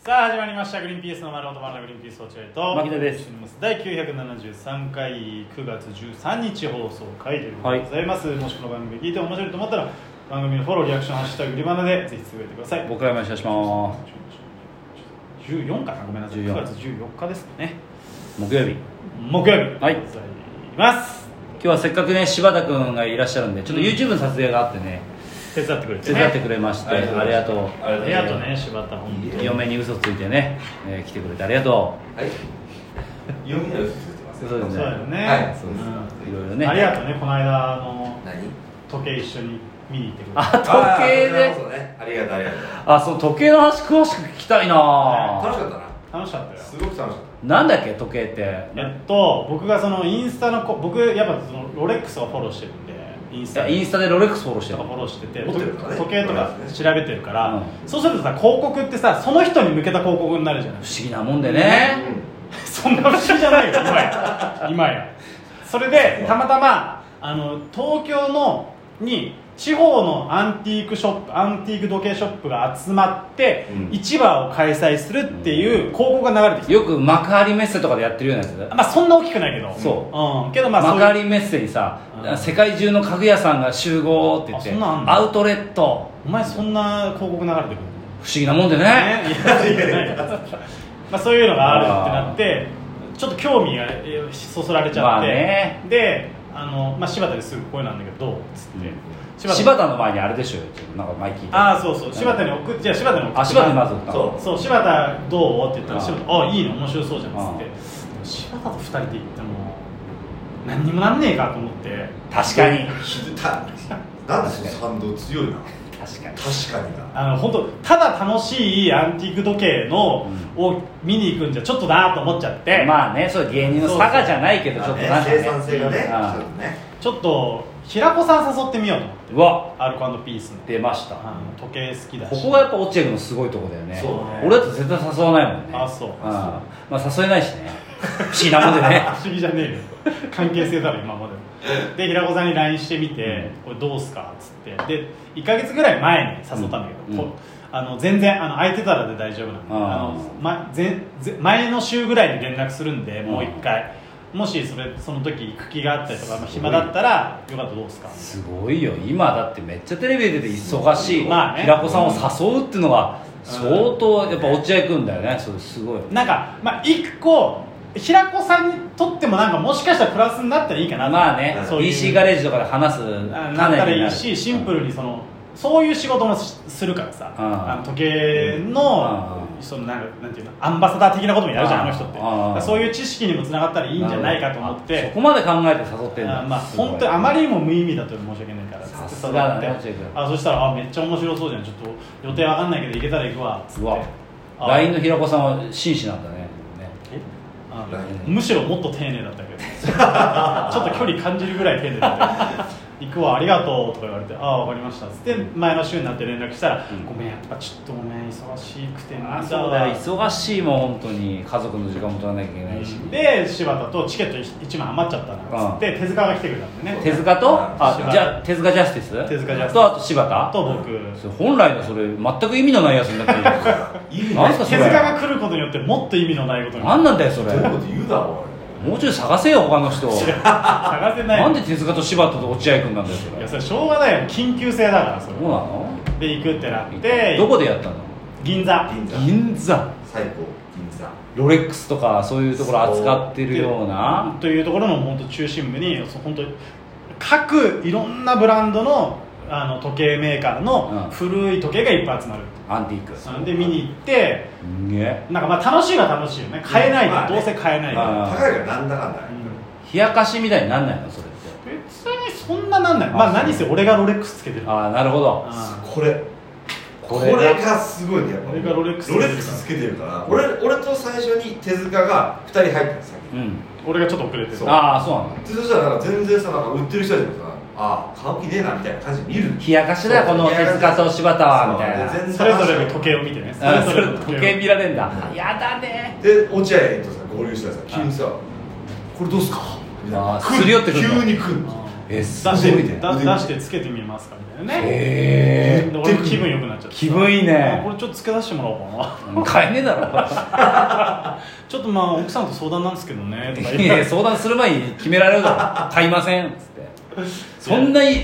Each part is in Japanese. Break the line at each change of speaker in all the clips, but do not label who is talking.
さあ始まりました「グリーンピースの丸本丸のグリーンピース落合」と
牧田です
第973回9月13日放送回でご
はい
ざいます、もしこの番組聞いて面白いと思ったら番組のフォローリアクション「ハッシュタググリバナ」でぜひつぶやいてください
僕からもお願いしま
14かなごめんなさい
14
9月14日ですね
す木曜日
木曜日
はい
ございます
今日はせっかくね柴田君がいらっしゃるんでちょっと
うん
YouTube の撮影があってね
手伝ってくれて、
手
ね、
伝ってくれまして、ありがとう
ありがとうね柴田本当に
嫁に嘘ついてね、えー来てくれてありがと
はい。読みのよく作ってますよ。
そうです
そうだよね、
はい
そうですうい
ん
ろいろね
ありがとうねこの間あの
何？
時計一緒に見に行ってくれて
あ時
あ
計
ー
で
なるほどね。ありがとうありがとう。
あその時計の話詳しく聞きたいな
楽しかったな。
楽しかったよ
すごく楽しかっ
なんだっけ時計って
えっと僕がそのインスタのこ僕やっぱそのロレックスをフォローしてるんでインス
い
タ
やインスタでロレックスフォローして
と
る
かフォローしてて
持ってるからね
時計とか調べてるから、
う
そうするとさ広告ってさその人に向けた広告になるじゃない
不思議なもんで
た。
ね、
そんな不思議じゃないよ今 や今やそれでたまたまあの東京のに地方のアンティークショップアンティーク時計ショップが集まって、
うん
市場を開催するっていう広告が流れてきて、
よく幕張メッセとかでやってるようなやつ
まあそんな大きくないけど
そ
うん、けどまあそう
幕
いう
張メッセにさ、
うん
世界中の家具屋さんが集合って言って
あそんなんあんの
アウトレット
お前そんな広告流れてくるの
不思議なもんでね
ねいやいやいやまあそういうのがあるってなってちょっと興味がえーそそられちゃ
ま
っ
あ
て、
ね
であの、まあ、柴田ですぐ声なんだけどどうっつって、
柴田
田
の前にあれでしょなんか前聞いて
ああそうそう柴田に送っじゃあ柴田に送って
あ柴田にまず送ったの
そう
そう柴田どうって言ったら
ああ
柴田あいいね面白そうじゃんっつって柴田と二人で行っても何にもなんねえかと思って
確かに
ひどいた。なんでその賛同強いな。
確かに
確かにな。
あの本当ただ楽しいアンティーク時計の、を見に行くんじゃちょっとなと思っちゃって、
まあねそう芸人の差がじゃないけどちょっと
ま
な
あ
ん
ね
か
生産
ね
性がね。
あー
ちょっとね。
ちょっと平子さん誘ってみようと思って
うわ
アルコピースの
出ました
あの時計好きだし
ここがやっぱ落合君のすごいとこだよね
そうね
俺だと絶対誘わないもんね
あそうん
まあ誘えないしね不思議なもんで ね
不思議じゃねえよ関係性だろ今までで平子さんに LINE してみて「これどうすか?」っつってで1か月ぐらい前に誘ったんだけど、
うん
こあの全然あの空いてたらで大丈夫なんで
あー
あの、ま、前前前の週ぐらいに連絡するんでもう1回もしそれその時行く気があったりとか、まあ、暇だったらよかったらどうすか
すごいよ今だってめっちゃテレビ出てて忙しい、
まあね
平子さんを誘うっていうのが相当やっぱ落合君だよねそれすごい
なんか、まあ、一個平子さんにとってもなんかもしかしたらプラスになったらいいかなと
まあね
そういう
EC ガレージとかで話す
あ
種
なったらい
にないる
しシンプルにそのそういう仕事もしするからさ
うん
あの時計の
うん
そのなんかなんていうのアンバサダー的なこともやるじゃん
うん
あの人って
うん
だからそういう知識にもつながったらいいんじゃないかと思っ
そ
て
こまで考えて誘ってんだ
あまあ本当にあまりにも無意味だと申し訳ないから
さすがだね
誘って
落合君
あそしたらあめっちゃ面白そうじゃんちょっと予定わかんないけど行けたら行くわっつっ
う
て
わ
あ
LINE の平子さんは紳士なんだねね
えあ
LINE
むしろもっと丁寧だったけど ちょっと距離感じるぐらい丁寧だったけど「行くわありがとう」とか言われて「ああ分かりました」っつって前の週になって連絡したら「
うん
ごめんやっぱちょっとごめん忙しくて
あ
な
そうだよ忙しいもん本当に家族の時間も取らなきゃいけないし、
で柴田とチケット1枚余っちゃったなっつって手塚が来てくれたんでね
手塚と
柴
あ
田
じゃ手塚ジャスティス
手塚ジャスティス
とあと柴田
と僕
それ本来のそれ全く意味のないやつになってるじゃん
いいね。
なんすか
手塚が来ることによってもっと意味のないことに
何なんだよそ
ど
れ
ういうこと言うだろ
もうちょい探せよ他の人
探せない
なんで手塚と柴田と落合君なんだよそ
い
れ
や
そ
それしょうがないよ緊急性だからそれ
うなの
で行くってなって
どこでやったの
銀座
俺。銀座。
銀座
最高銀座。
ロレックスとかそういうところ扱ってるような
というところの本当中心部にそう本当各いろんなブランドのあの時計メーカー
う
の
ん
古い時計がいっぱい集まる、
アンティークす
で見に行って
んげえ
なんかまあ楽しいは楽しいよね買えない
まあ
とど
ね
うせ買えない
あ
か
ー
高いからなんだかんだ
ら、。
冷やかしみたいになんないのそれって
うん別にそんななんないまあ
あそう
何せ俺がロレックスつけてる
ああなるほど
あ
これ。これがすごいねやっぱ
これがロレックス
ロレックスつけてるから俺俺と最初に手塚が2人入ったんですよ
うん
俺がちょっと遅れてる
そう
ああそうなんだ
でそしたらなんか全然さなんか売ってる人たちもさああ買う気ねえなみたいな感じで見るん
冷やかしだよこの手塚と柴田はみたい
そう
な
全然
それぞれの時計を見てね
あ
そ
そ
れぞれの
れ
時
時
計
計
を
見られんだやだね
で落合とさ合流したらさ急にさ「これどうすか?」みたい
あ
な
ーすり寄ってくるんだ
急に来るの
あ
えす
出
ご
し
い
て
ね
だ出してつけてみますかみたいなね
え
で俺も気分良くなっちゃって
気分いい
あこ
ね
れちょっとつけ出してもらおうかな
買えねえだろ
ちょっとまあ奥さんと相談なんですけどねとか
い
言って
や相談する前に決められるだろ買いませんっつってそんなに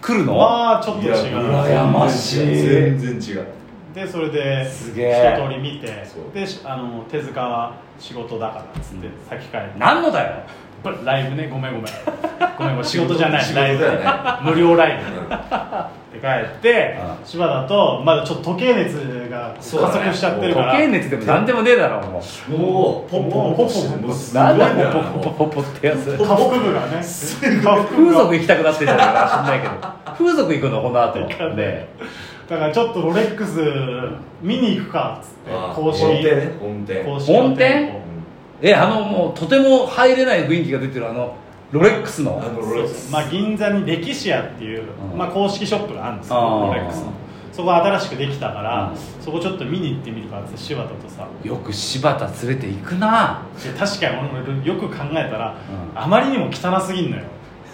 く来るの、
まあちょっと
いや
違う
羨ましい
全然違う
でそれです
げえ
一通り見て
そう
でしあの手塚は仕事だからっつって
うん
先帰って
何のだよ
これライブねごめんごめんごめんごめん仕事じゃな
仕
い
事
ラ
だ
イ
よ
ブ
ね
ね無料ライブ
うん
って帰って
う
芝だとまだちょっと時計熱がこう
そう
加
だね
速しちゃってる
時
から
計熱でも何でもねえだろもう
もうポッポンポッポしてもうすごいんだよ
なんだよポッポッポッポってやつ
下腹部がね下腹部
風
が
俗行きたくなってんじゃないかな知んないけど風俗行くのこの後ね
だからちょっとロレックス見に行くかっつって
あー
公式
本店ね本店
公式
本店
う
店
ん
えあのもうとても入れない雰囲気が出てるあのロレックスの
あの
舗
ロレックス
まあ、銀座に歴史屋っていう、
うん
まあ、公式ショップがあるんですよ
あー
ロレックスのそこ新しくできたから、
う
そこちょっと見に行ってみるかっつって柴田とさ
よく柴田連れて行くな
で確かに俺もよく考えたら、
うん
あまりにも汚すぎんのよ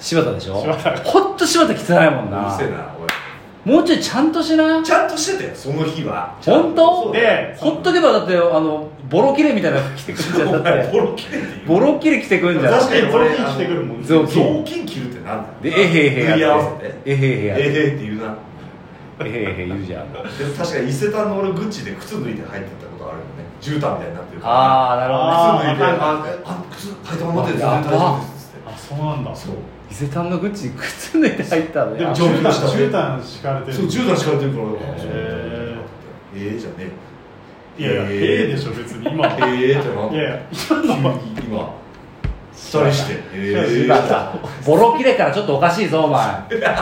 柴田でしょ
柴田
ほんと柴田汚いもん
うる
な
せえなおい
もうちょいちゃんとしな
ちゃんとしてたよその日は
本当
で
ほっとけばだってあのボロ切れみたいな服着てくるんじゃんだって
ボロ切れっていう
ボロ切れ着てくるんじゃん
確かに
雑
俺
巾着てくるもんね
雑巾
雑巾着るってなんだよ
でえへへやっ
縫い
て
合わせて
えへへ
え
やっ
へ
て
へって言うな
えへへ言うじゃん
でも確かに伊勢丹の俺グッチで靴脱いで入ってったことあるよね絨毯みたいになってるから
ああなるほどね
あー
靴脱
わ
いであえあ靴履いたままで全然大丈夫ですっつ
あそうなんだ
ってそう
伊勢丹のグッチに靴脱いで入ったの
でも
よ
ちょ
絨毯
上級
絨
者
毯敷かれてる
そう絨毯敷かれてるからだから
へ
ええじゃね
いやいや
え
え
ー
えでしょ別に今
えええじゃ
いやいや
急に今二人してええ
今さボロ切れからちょっとおかしいぞお前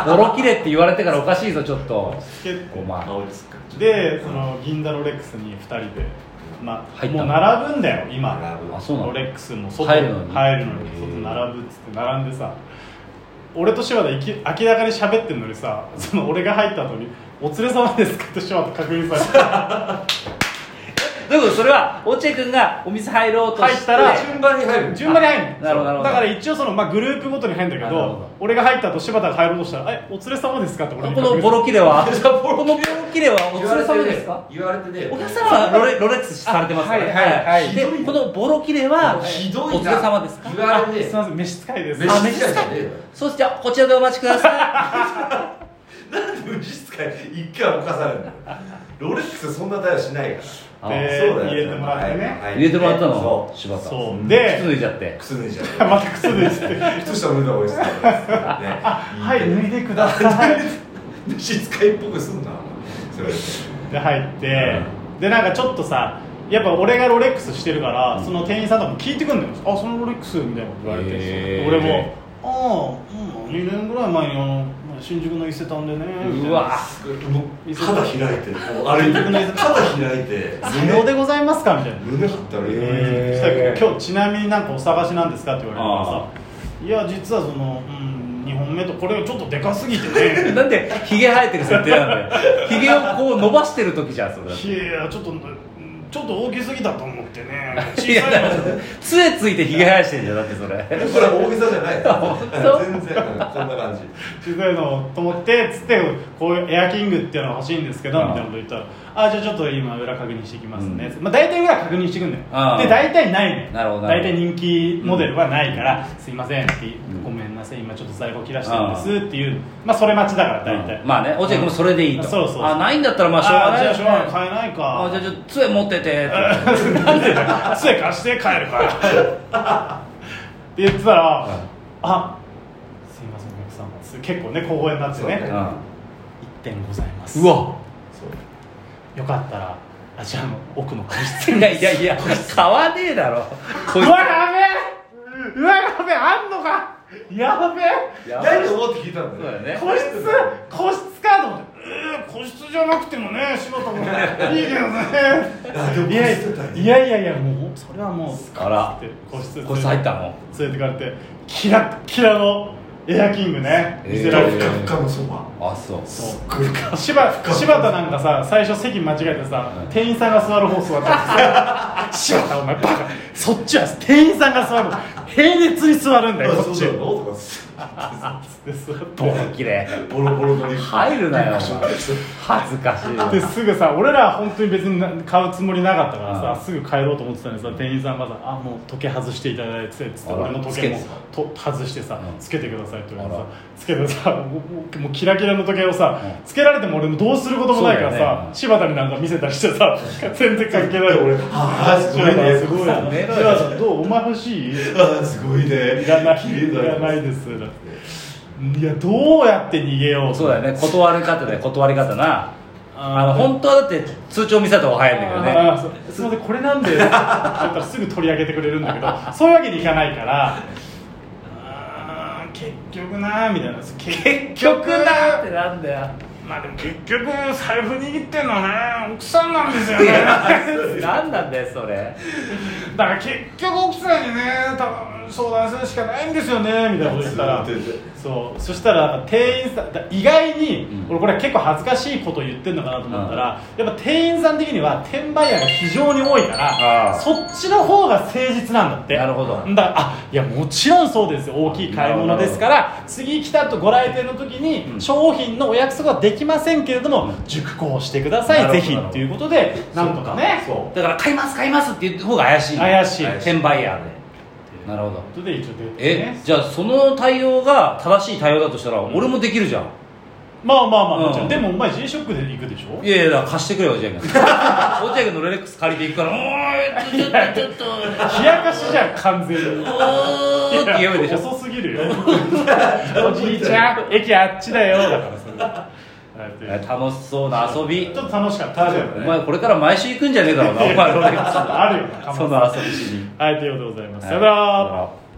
ボロ切れって言われてからおかしいぞちょっと
結
お
構
前
顔ですか
でその銀座ロレックスに2人で、まあ、
入った
も
の
う並ぶんだよ今
あ
あ
そうな
ロ
の
レックスも外
入るのに
入るのに
へ
外
ー
並ぶっつって並んでさ俺と柴田いき明らかに喋ってるのにさその俺が入った後に「お連れ様ですか?」って柴田確認されて
だけどそれは落合君がお店入ろうと
入
し
ってたら
順番に入る
順番に入るの
なるほどなるほど
だから一応その、まあ、グループごとに入るんだけど
なるほど
俺が入った後柴田が入ろうとしたら「えお連れ様ですか?」って俺に
こ
確認され
の
て
ボロ切れ は
じゃあ
このボロ切れはお連れ様ですか
言われてね
お客様はロレロレックスされてますからね
あはいはいはい
でこのボロ切れは
ひどいな
お連れ様ですか
言われて
すいません召使いです
召
あ
使
召
い
使
じゃ
い
ねえよ
そうじゃあこちらでお待ちください
なんで無実会一回は犯されるのロレックスそんな対応しないから
あ
で
そうだよ
入れてもらってね
はい
入れてもらったの
そ
柴田
そううんで
靴脱いじゃって
う靴脱いじゃん
また靴ですって
靴下脱いだ方がいいっすね
はい脱い
ね
でください
無実会っぽくすんなそれ
で入って、でなんかちょっとさやっぱ俺がロレックスしてるから、その店員さんとかも聞いてくんのよ「あそのロレックス」みたいなこと言われて、
へー
俺も「ああ、うん、2年ぐらい前にあの新宿の伊勢丹でね」みたいうな
わ
もう肩開いてこう歩いてる肩開いて
「無料でございますか?」みたいな、
胸張ったらいい
へー
そしたら 今日ちなみになんかお探しなんですか?」って言われたからさ
あ
「いや実はその、うん、2本目とこれちょっとでかすぎてね」
なんでヒゲ生えてる設定なんだよヒゲをこう伸ばしてる時じゃんそれ
いやいやちょっとうんちょっと大きすぎたと思ってね小
いや
さい
だ
の
から杖ついてヒゲ生やしてんじゃんだってそれ
これ大げさじゃない
当
全然うんこんな感じ
ちっちゃいのと思ってつってこういうエアキングっていうのが欲しいんですけど
ああ
みたいなこと言ったらあじゃあちょっと今裏確認してきますね、まあ、大体裏確認してくんだよ
ああ
で大体ないのよ
なるほどなる
大
ほど
体人気モデルはないから、すいませんって、ごめんなさい今ちょっと在庫切らしてるんですっていうまあそれ待ちだから大体、
うんまあね落合君もそれでいいと、
うんそうそうそう
あないんだったらまあしょうが
あ
ない
じゃ
よ
あ
ね
しょうがない買えないか
あじゃあちょっと杖持っててって
なんでだよ杖貸して帰るから って言ってたら、
うん
あすいませんお客さん結構ね小声になって
そう
ね
ね
1点ございます
うんうわ
そう
よかったらあちらの奥の会室
いやいやいや買わねえだろこいつ
うわやべえうわやべえあんのかやべえ
やばい
何を思って聞いたん
そう
だ
だよ
よ
ね
個室個室かと思ってえー個室じゃなくてもね柴田もいいけどね
あでも
いやいやいやいやいやもうそれはもう
あら
個室
こいつ入ったの
連れてかれてキラッキラのエアキングね見せられて、
えー
ふかふかのソファ
あそう
そう
来るか
柴柴田なんかさ最初席間違えてさ、
うん
店員さんが座る方座ってさ柴田お前バカそっちは店員さんが座る方並列に座るんだよこっち
そうだろとか
で座って
ボキで
ボロボロのリュック
入るなよお前恥ずかしいよ
ですぐさ俺ら本当に別にな買うつもりなかったからさ、
うん
すぐ帰ろうと思ってたのにさ店員さんがさ「あもう時計外していただいて」つって
あら
俺の時計もと外してさ、
うん
つけてください」って言われて
あ
さ
ら
つけてさもうもうもうキラキラの時計をさ、
うん
つけられても俺もどうすることもないから
そうだよ
さ、
ね
柴田になんか見せたりしてさ全然関係ない
俺
俺
ああすごいね
すごいな
ね
柴田さんどうお前欲しい
ああすごいね
いらない
綺麗
い
だ
らないですだっていやどうやって逃げよう
そうだよね断り方で断り方なあの
ー
本当はだって通帳見せた方が早いんだけどね
あーそうすみませんこれなんでだったらすぐ取り上げてくれるんだけどそういうわけにいかないからあー結局なーみたいな結
曲だってなんだよ
まあでも結局財布握ってんのはね奥さんなんですよねだ
何なんだよそれ
から結局奥さんにね多分相談するしかないんですよねみたいなこと言ったら
ずっと言って
そうそしたらなんか店員さんだ意外に、
うん
俺これ結構恥ずかしいこと言ってるのかなと思ったら、やっぱ店員さん的には転売屋が非常に多いか
あ
ら
ー
そっちの方が誠実なんだって
なるほど
だからあいやもちろんそうですよ大きい買い物ですから次来たとご来店の時に、
うん
商品のお約束はできませんけれども、
うん
熟考してくだ
なる
さい
ほど
ぜひっていうことでなんとかね
そう
だから買います買いますって言った方が怪しい
怪しい
転売ヤーでなるほど
ということで一応出てね
えじゃあその対応が正しい対応だとしたら俺もできるじゃん
まあまあまあ、もちろ
うん
んでもお前 G ショックで行くでしょ
いやいやだから貸してくれよ 落合君落合君のロレックス借りていくから「おーいちょっとちょっと
冷やかしじゃん完全に
おー」って言えばいいでしょ
遅すぎるよ おじいちゃん駅あっちだよだからそれはいという
楽しそうな遊び
ちょっと楽しかった
お前これから毎週 行くんじゃねえだろうなお前ロレックス
あるよ
その遊びしに
はいということでございます、
はい
さよなら
さよなら